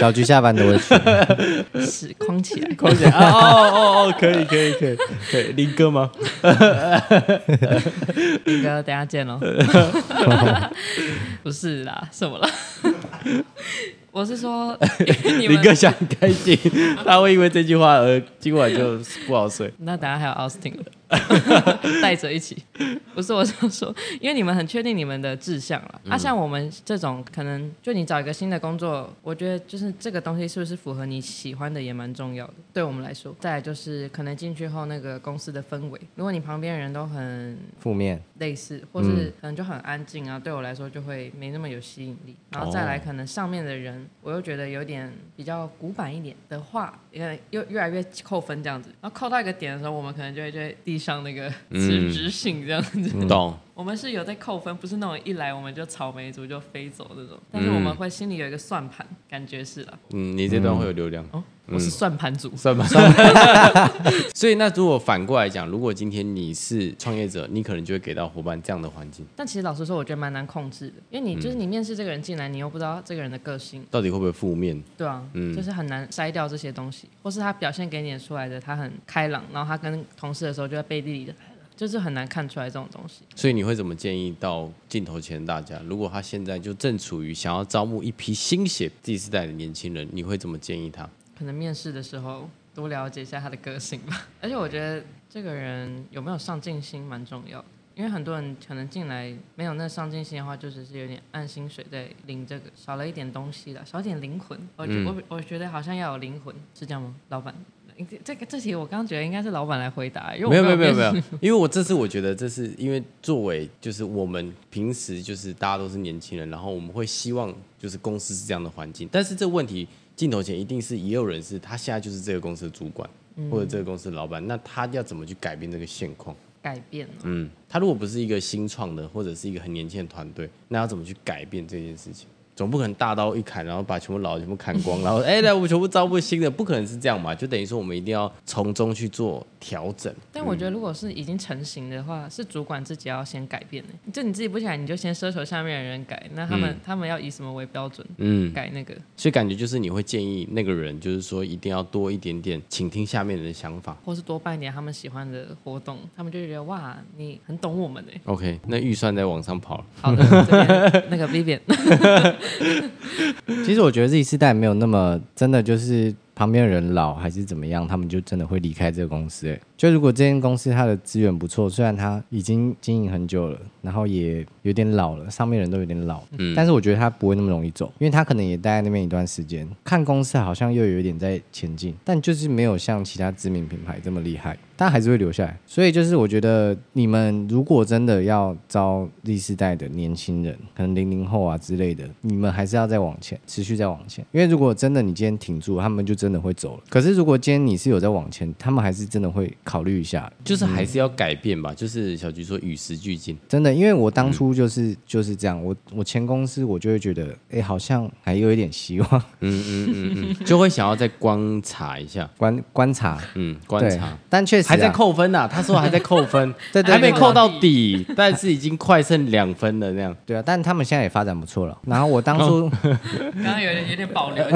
S3: 小菊下班都会去，
S1: 是框起来，
S2: 空姐啊，哦哦哦，可以可以可以可 以，林哥吗？
S1: 那个等一下见喽。 不是啦，什么啦？ 我是说， 因为你
S2: 林哥
S1: 们
S2: 想开 心，他会因为这句话而今晚就不好睡。
S1: 那等一下还有 Austin 带着一起，不是我想说，因为你们很确定你们的志向了。啊，像我们这种可能就你找一个新的工作，我觉得就是这个东西是不是符合你喜欢的也蛮重要的，对我们来说。再来就是可能进去后那个公司的氛围，如果你旁边人都很
S3: 负面
S1: 类似，或是可能就很安静啊，对我来说就会没那么有吸引力。然后再来，可能上面的人，我又觉得有点比较古板一点的话，也又越来越扣分这样子。然后扣到一个点的时候，我们可能就会就会递上那个辞职信这样子。
S2: 懂，
S1: 我们是有在扣分，不是那种一来我们就草莓族就飞走那种。但是我们会心里有一个算盘，感觉是了。
S2: 嗯，你这段会有流量，
S1: 哦，我是算盘族，
S2: 算吧。 所以那如果反过来讲，如果今天你是创业者，你可能就会给到伙伴这样的环境，
S1: 但其实老实说，我觉得蛮难控制的，因为你就是你面试这个人进来，你又不知道这个人的个性。
S2: 到底会不会负面？
S1: 对啊，
S2: 嗯
S1: 就是很难筛掉这些东西，或是他表现给你出来的，他很开朗，然后他跟同事的时候就在背地里的，就是很难看出来这种东西。
S2: 所以你会怎么建议到镜头前的大家？如果他现在就正处于想要招募一批新血第四代的年轻人，你会怎么建议他？
S1: 可能面试的时候多了解一下他的个性吧。 而且我觉得这个人有没有上进心蛮重要的，因为很多人可能进来没有那上进心的话，就只是有点按薪水在领这个，少了一点东西了，少一点灵魂。我觉、
S2: 嗯
S1: 我我觉得好像要有灵魂，是这样吗？老板，这这个这题我刚刚觉得应该是老板来回答，因为我
S2: 没有没有
S1: 有
S2: 没有
S1: 面
S2: 没有
S1: 试，
S2: 因为我这次我觉得这是因为作为就是我们平时就是大家都是年轻人，然后我们会希望就是公司是这样的环境，但是这问题镜头前一定是也有人是他现在就是这个公司的主管、
S1: 嗯
S2: 或者这个公司的老板，那他要怎么去改变这个现况？
S1: 改变了。
S2: 嗯，他如果不是一个新创的或者是一个很年轻的团队，那要怎么去改变这件事情？总不可能大刀一砍，然后把全部老 的全部砍光，然后哎，来我们全部招募新的，不可能是这样嘛？就等于说我们一定要从中去做调整。
S1: 但我觉
S2: 嗯
S1: 得，如果是已经成型的话，是主管自己要先改变的。就你自己不起来，你就先奢求下面的人改，那他们、他们要以什么为标准
S2: 嗯，
S1: 改那个？
S2: 所以感觉就是你会建议那个人，就是说一定要多一点点倾听下面人的想法。
S1: 或是多办一点他们喜欢的活动，他们就觉得哇，你很懂我们 哎。
S2: OK，那预算在往上跑了。
S1: 好的，这边那个 Vivian，
S3: 其实我觉得 Z 世代没有那么真的就是旁边的人老还是怎么样，他们就真的会离开这个公司、欸。就如果这间公司它的资源不错，虽然它已经经营很久了，然后也有点老了，上面人都有点老，
S2: 嗯
S3: 但是我觉得他不会那么容易走，因为他可能也待在那边一段时间，看公司好像又有一点在前进，但就是没有像其他知名品牌这么厉害，但还是会留下来。所以就是我觉得你们如果真的要招 Z 世代的年轻人，可能零零后啊之类的，你们还是要再往前，持续再往前，因为如果真的你今天停住，他们就真的会走了。可是如果今天你是有在往前，他们还是真的会考虑一下。
S2: 就是还是要改变吧。就是小菊说与时俱进，
S3: 真的，因为我当初就是、就是这样，我我前公司我就会觉得，哎、好像还有一点希望，嗯
S2: 就会想要再观察一下，
S3: 观观察，
S2: 嗯，观
S3: 对
S2: 察。，
S3: 但确实、啊、
S2: 还在扣分呐、他说还在扣分，
S3: 对对
S2: 还没
S3: 对
S2: 扣到底，但是已经快剩两分了那样。
S3: 对啊，但他们现在也发展不错了。然后我当
S2: 哦
S3: 初，
S1: 刚刚有点有点保留，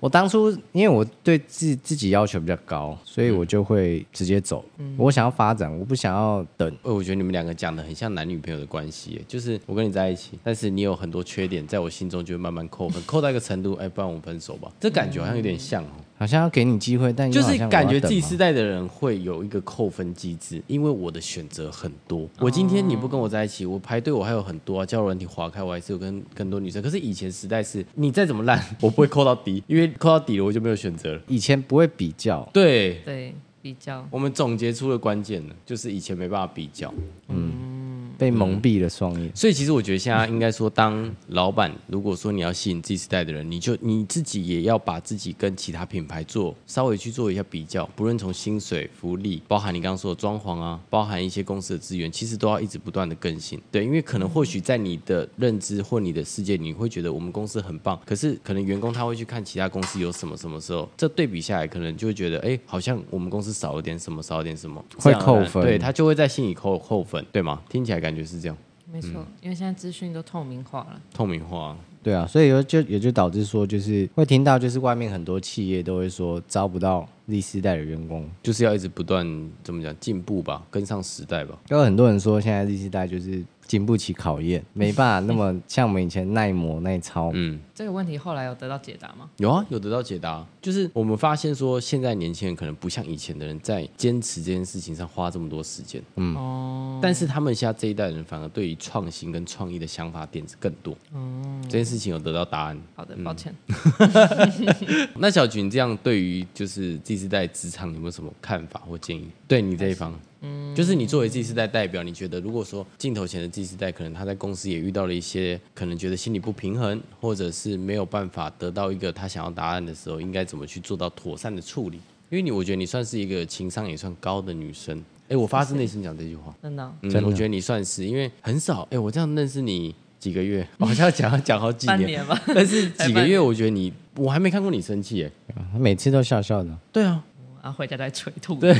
S3: 我当初因为我对自自己要求比较高，所以我就会直接走。
S2: 嗯
S3: 我想要发展，我不想要等。
S2: 呃，我觉得你们两个讲的很像男女朋友的关系耶，就是我跟你在一起，但是你有很多缺点，在我心中就会慢慢扣分，扣到一个程度，哎，不然我们分手吧。这感觉好像有点像哦，
S3: 好像要给你机会，但又
S2: 就
S3: 好
S2: 是
S3: 像
S2: 感
S3: 我
S2: 觉
S3: 要等
S2: 自己
S3: 嘛
S2: 世代的人会有一个扣分机制，因为我的选择很多，我今天你不跟我在一起，我排队我还有很多啊，交友软体划开，我还是有跟更多女生。可是以前时代是你再怎么烂， 我不会扣到底，因为扣到底了我就没有选择了。
S3: 以前不会比较，
S2: 对，
S1: 对，比较
S2: 我们总结出了关键了，就是以前没办法比较。嗯
S3: 被蒙蔽了双眼。
S2: 所以其实我觉得现在应该说，当老板如果说你要吸引自己时代的人，你就你自己也要把自己跟其他品牌做稍微去做一下比较，不论从薪水、福利，包含你刚刚说的装潢啊，包含一些公司的资源，其实都要一直不断的更新。对，因为可能或许在你的认知或你的世界，你会觉得我们公司很棒，可是可能员工他会去看其他公司有什么什么时候，这对比下来，可能就会觉得，哎，好像我们公司少了点什么，少了点什么，自
S3: 会
S2: 然而然
S3: 扣分
S2: 对他就会在心里扣扣分，对吗？听起来感觉是这样。
S1: 没错，
S2: 嗯
S1: 因为现在资讯都透明化了，
S2: 透明化，
S3: 对啊，所以就也就导致说，就是会听到就是外面很多企业都会说招不到 Z 世代的员工，
S2: 就是要一直不断怎么讲进步吧，跟上时代吧。
S3: 有很多人说现在 Z 世代就是经不起考验，没办法那么像我们以前耐磨耐操。
S2: 嗯，
S1: 这个问题后来有得到解答吗？
S2: 有啊，有得到解答，就是我们发现说，现在年轻人可能不像以前的人在坚持这件事情上花这么多时间，嗯
S1: 哦，
S2: 但是他们现在这一代人反而对于创新跟创意的想法点子更多。这件事情有得到答案。
S1: 好的，抱歉，
S2: 那小群这样对于就是第四代职场有没有什么看法或建议？对你这一方，嗯，就是你作为第四代代表，你觉得如果说镜头前的第四代，可能他在公司也遇到了一些可能觉得心理不平衡，或者是没有办法得到一个他想要答案的时候，应该怎么去做到妥善的处理？因为你，我觉得你算是一个情商也算高的女生。哎，我发自内心讲这句话，
S1: 真的哦
S2: 嗯，我觉得你算是，因为很少，哎，我这样认识你几个 月，哦我好像讲要讲好 几
S1: 半
S2: 年，
S1: 年吧，
S2: 但是几
S1: 才
S2: 个
S1: 半
S2: 月，
S1: 年
S2: 我觉得你，我还没看过你生气，哎。
S3: 他每次都笑笑的，
S2: 对啊，
S1: 然后回家再催吐，对，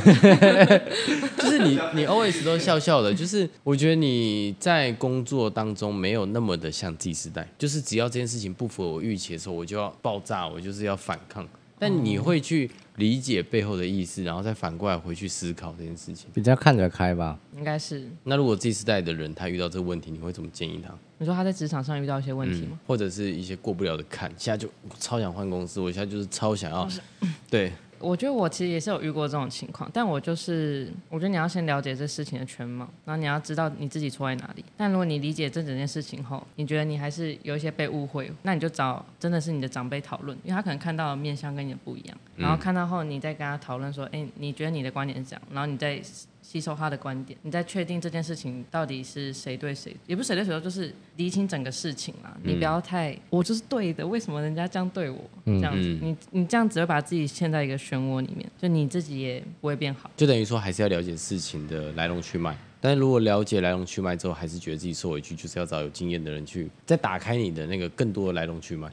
S2: 就是你，你 always 都笑笑的，就是我觉得你在工作当中没有那么的像 Z 世代，就是只要这件事情不符合我预期的时候，我就要爆炸，我就是要反抗。但你会去理解背后的意思，然后再反过来回去思考这件事情。
S3: 比较看得开吧。
S1: 应该是
S2: 那如果 Z 世代的人他遇到这个问题，你会怎么建议他？嗯
S1: 你说他在职场上遇到一些问题吗？
S2: 或者是一些过不了的坎，现在就我超想换公司，我现在就是超想
S1: 哦
S2: 要，对，
S1: 我觉得我其实也是有遇过这种情况，但我就是我觉得你要先了解这事情的全貌，然后你要知道你自己错在哪里。但如果你理解这整件事情后，你觉得你还是有一些被误会，那你就找真的是你的长辈讨论，因为他可能看到的面相跟你的不一样，然后看到后你再跟他讨论说，哎、你觉得你的观点是这样，然后你再吸收他的观点，你再确定这件事情到底是谁对谁，也不是谁对谁错，就是厘清整个事情
S2: 嗯
S1: 啦。你不要太，我就是对的，为什么人家这样对我？
S2: 嗯
S1: 这样子，你你这样只会把自己陷在一个漩涡里面，就你自己也不会 变好。
S2: 就等于说还是要了解事情的来龙去脉。但是如果了解来龙去脉之后，还是觉得自己受委屈，就是要找有经验的人去再打开你的那个更多的来龙去脉。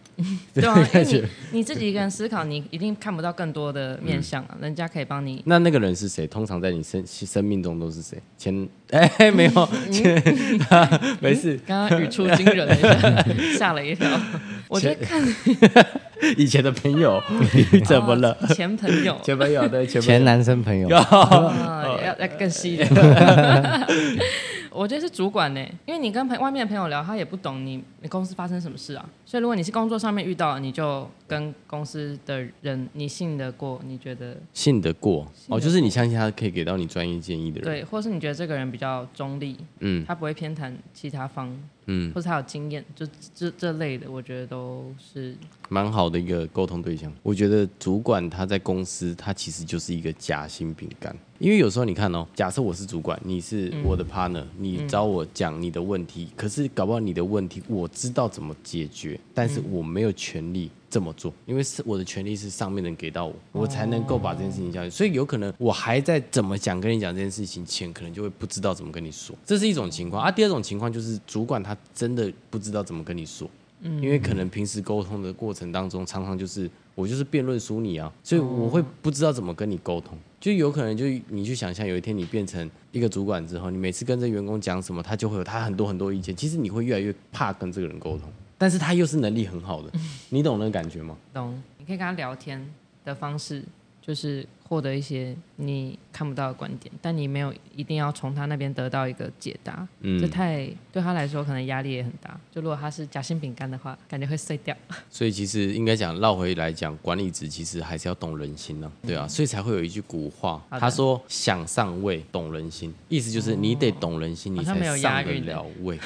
S1: 对啊，因为你你自己一个人思考，你一定看不到更多的面相啊，人家可以 帮你。
S2: 那那个人是谁？通常在你生生命中都是谁？前哎、没有 前、啊没事，
S1: 刚刚语出惊人了一下，吓了一跳。我就看
S2: 以前的朋 友，你怎么了？
S1: 前朋 友
S2: 前朋友对哦前朋
S3: 前
S2: 友，
S3: 男生朋友，
S1: 啊，
S2: 呃
S1: 要要更细一 点。 我觉得是主管呢、因为你跟朋外面的朋友聊，他也不懂你你公司发生什么事啊。所以如果你是工作上面遇到，你就跟公司的人，你信得过，你觉得
S2: 信得过哦，就是你相信他可以给到你专业建议的人。
S1: 对，或是你觉得这个人比较中立，
S2: 嗯
S1: 他不会偏袒其他方，
S2: 嗯，
S1: 或是他有经验，就这这类的，我觉得都是
S2: 蛮好的一个沟通对象。我觉得主管他在公司，他其实就是一个夹心饼干。因为有时候你看哦，假设我是主管，你是我的 partner，、你找我讲你的问题，可是搞不好你的问题我知道怎么解决，但是我没有权利这么做，因为是我的权利是上面人给到我，我才能够把这件事情下去。所以有可能我还在怎么讲跟你讲这件事情前，可能就会不知道怎么跟你说，这是一种情况啊。第二种情况就是主管他真的不知道怎么跟你说，因为可能平时沟通的过程当中，常常就是我就是辩论输你啊，所以我
S1: 哦
S2: 会不知道怎么跟你沟通。就有可能，就你去想象，有一天你变成一个主管之后，你每次跟这员工讲什么，他就会有他很多很多意见。其实你会越来越怕跟这个人沟通，但是他又是能力很好的，
S1: 嗯
S2: 你懂那个感觉吗？
S1: 懂？你可以跟他聊天的方式，就是获得一些你看不到的观点，但你没有一定要从他那边得到一个解答。
S2: 嗯
S1: 这太对他来说可能压力也很大。就如果他是夹心饼干的话，感觉会碎掉。
S2: 所以其实应该讲绕回来讲，管理职其实还是要懂人心呢、对啊，所以才会有一句古话，
S1: 嗯好的哦
S2: 他说“想上位，懂人心”，意思就是你得懂人心，
S1: 好
S2: 你
S1: 像
S2: 才
S1: 没有押
S2: 上得
S1: 韵欸
S2: 了位。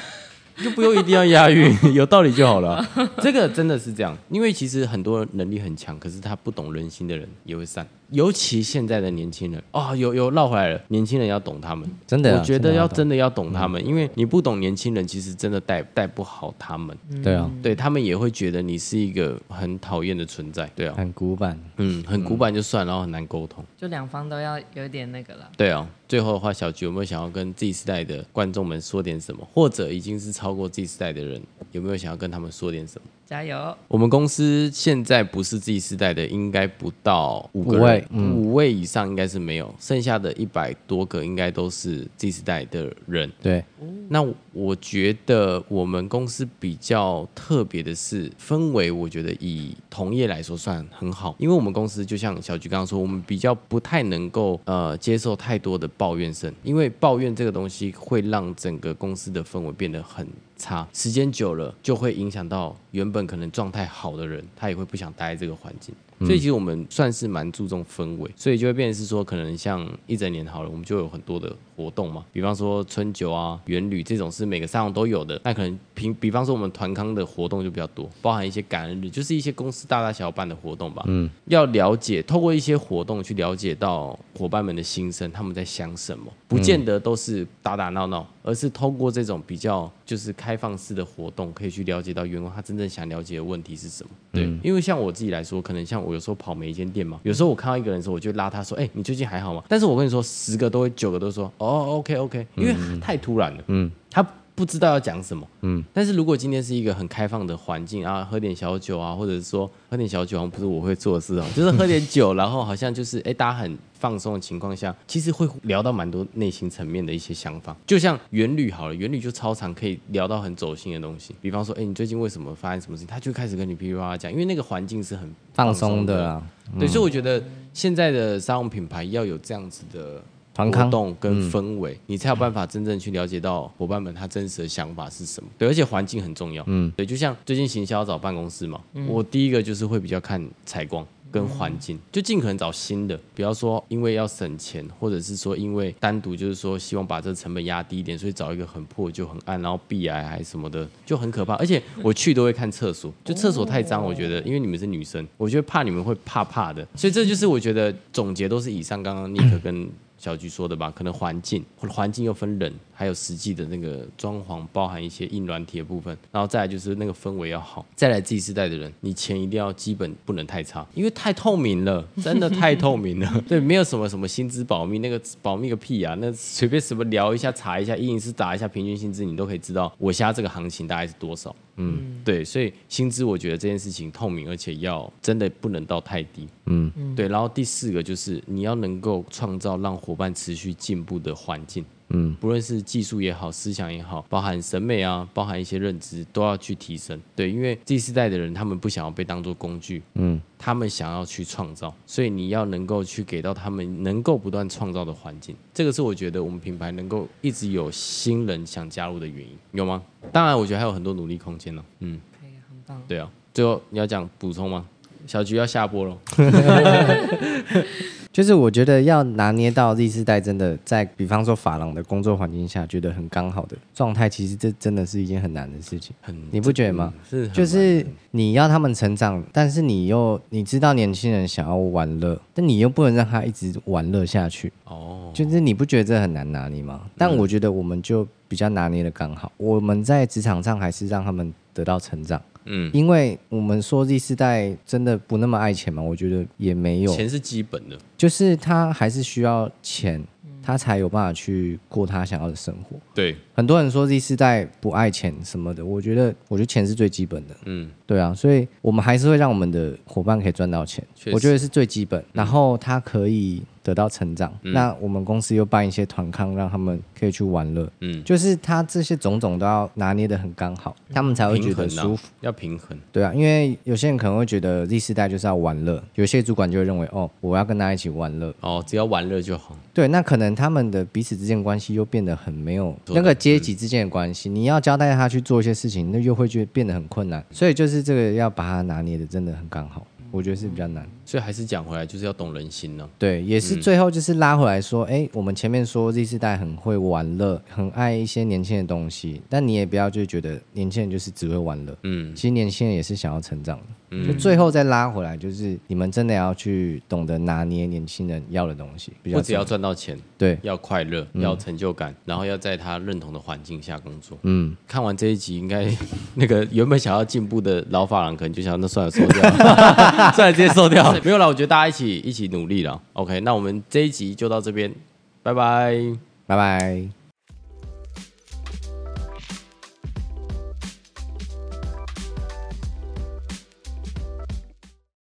S2: 就不用一定要押 韵，有道理就好了啊、这个真的是这样，因为其实很多能力很强，可是他不懂人心的人也会散，尤其现在的年轻人哦，有有绕回来了，年轻人要懂他们，
S3: 真的啊
S2: 我觉
S3: 真
S2: 得
S3: 的
S2: 要
S3: 要懂嗯
S2: 真的要懂他们，因为你不懂年轻人，其实真的带带不好他们。
S3: 对啊，
S2: 对他们也会觉得你是一个很讨厌的存在，对啊，
S3: 很古板。
S2: 嗯，很古板就算，然后很难沟通，
S1: 就两方都要有点那个了。
S2: 对啊。最后的话，小菊有没有想要跟自己时代的观众们说点什么，或者已经是超过自己时代的人，有没有想要跟他们说点什么？
S1: 加油！
S2: 我们公司现在不是自己时代的，应该不到五个
S3: 五位
S2: 人，五位以上应该是没有，剩下的一百多个应该都是自己时代的人。
S3: 对，
S2: 那我觉得我们公司比较特别的是氛围，我觉得以同业来说算很好，因为我们公司就像小菊刚刚说，我们比较不太能够呃接受太多的抱怨声，因为抱怨这个东西会让整个公司的氛围变得很差，时间久了就会影响到原本可能状态好的人，他也会不想待在这个环境。所以其实我们算是蛮注重氛围，所以就会变成是说，可能像一整年好了，我们就有很多的活动嘛，比方说春酒啊、元旅这种是每个沙龙都有的。那可能平，比方说我们团康的活动就比较多，包含一些感恩日，就是一些公司大大小小办的活动吧。嗯，要了解，透过一些活动去了解到伙伴们的心声，他们在想什么，不见得都是打打闹闹，而是通过这种比较就是开放式的活动，可以去了解到员工他真正想了解的问题是什么。对，因为像我自己来说，可能像我有时候跑每一间店嘛，有时候我看到一个人的时候，我就拉他说：“哎、你最近还好吗？”但是我跟你说，十个都会九个都说：“哦，OK OK。”因为太突然了，嗯，他不知道要讲什么，嗯。但是如果今天是一个很开放的环境啊，喝点小酒啊，或者是说喝点小酒，好像不是我会做的事哦，就是喝点酒，然后好像就是哎、大家很放松的情况下，其实会聊到蛮多内心层面的一些想法。就像元旅好了，元旅就超常可以聊到很走心的东西，比方说，哎、你最近为什么发生什么事情，他就开始跟你噼里啪啦讲，因为那个环境是很
S3: 放松的啊，
S2: 对，所以我觉得现在的沙龙品牌要有这样子的
S3: 团
S2: 活
S3: 康嗯
S2: 动跟氛围，你才有办法真正去了解到伙伴们他真实的想法是什么。对，而且环境很重要。嗯，对，就像最近行销找办公室嘛，
S3: 嗯
S2: 我第一个就是会比较看采光。跟环境，就尽可能找新的，不要说因为要省钱，或者是说因为单独就是说希望把这个成本压低一点，所以找一个很破旧、很暗，然后壁癌还是什么的，就很可怕。而且我去都会看厕所，就厕所太脏，我觉得，因为你们是女生，我觉得怕你们会怕怕的。所以这就是我觉得总结都是以上刚刚尼克跟小菊说的吧，可能环境，环境又分人，还有实际的那个装潢，包含一些硬软体的部分，然后再来就是那个氛围要好，再来自己世代的人，你钱一定要基本不能太差，因为太透明了，真的太透明了，对，没有什么什么薪资保密，那个保密个屁啊，那随便什么聊一下、查一下、一零四打一下平均薪资，你都可以知道我现在这个行情大概是多少。嗯，对，所以薪资我觉得这件事情透明，而且要真的不能到太低。对，然后第四个就是你要能够创造让伙伴持续进步的环境。嗯，不论是技术也好，思想也好，包含审美啊，包含一些认知，都要去提升。对，因为第四代的人，他们不想要被当做工具，嗯，他们想要去创造，所以你要能够去给到他们能够不断创造的环境。这个是我觉得我们品牌能够一直有新人想加入的原因，有吗？当然，我觉得还有很多努力空间呢、嗯，
S1: 可以，很棒。
S2: 对啊。最后你要讲补充吗？小菊要下播了。
S3: 就是我觉得要拿捏到 Z 世代，真的在比方说法郎的工作环境下，觉得很刚好的状态，其实这真的是一件很难的事情，
S2: 很嗯
S3: 你不觉得吗？
S2: 是很
S3: 就是你要他们成长，但是你又你知道年轻人想要玩乐，但你又不能让他一直玩乐下去，
S2: 哦，嗯
S3: 就是你不觉得这很难拿捏吗？但我觉得我们就比较拿捏的刚好，我们在职场上还是让他们得到成长，
S2: 嗯，
S3: 因为我们说 Z 世代真的不那么爱钱嘛，我觉得也没有，
S2: 钱是基本的，
S3: 就是他还是需要钱，他才有办法去过他想要的生活。
S2: 对，
S3: 很多人说 Z 世代不爱钱什么的，我觉得，我觉得钱是最基本的，
S2: 嗯，
S3: 对啊，所以我们还是会让我们的伙伴可以赚到钱
S2: 确，实嗯
S3: 我觉得是最基本。然后他可以得到成长，那我们公司又办一些团康，让他们可以去玩乐，
S2: 嗯
S3: 就是他这些种种都要拿捏的很刚好，他们才会觉
S2: 平
S3: 得
S2: 衡
S3: 舒
S2: 啊
S3: 服。，
S2: 要平衡，
S3: 对啊，因为有些人可能会觉得 Z 世代就是要玩乐，有些主管就会认为哦，我要跟他一起玩乐，
S2: 哦，只要玩乐就好，
S3: 对，那可能他们的彼此之间的关系又变得很没有
S2: 做得
S3: 那个阶级之间的关系，你要交代他去做一些事情，那又会觉得变得很困难。所以就是这个要把它拿捏的真的很刚好，我觉得是比较难。
S2: 所以还是讲回来，就是要懂人啊心呢、
S3: 对，也
S2: 嗯
S3: 是最后就是拉回来说，哎、我们前面说 Z 世代很会玩乐，很爱一些年轻的东西，但你也不要就觉得年轻人就是只会玩乐，
S2: 嗯，
S3: 其实年轻人也是想要成长的。就最后再拉回来，就是你们真的要去懂得拿捏年轻人要的嗯东西，比较
S2: 不只要
S3: 重
S2: 赚到钱，
S3: 对，
S2: 要快乐，要成就感，然后要在他认同的环境下工作。
S3: 嗯。
S2: 看完这一集，应该 那个原本想要进步的老法郎，可能就想那算了，收 掉了，算了，直接收掉了。没有啦，我觉得大家一起一起努力了。OK，那我们这一集就到这边，拜拜。
S3: 拜拜。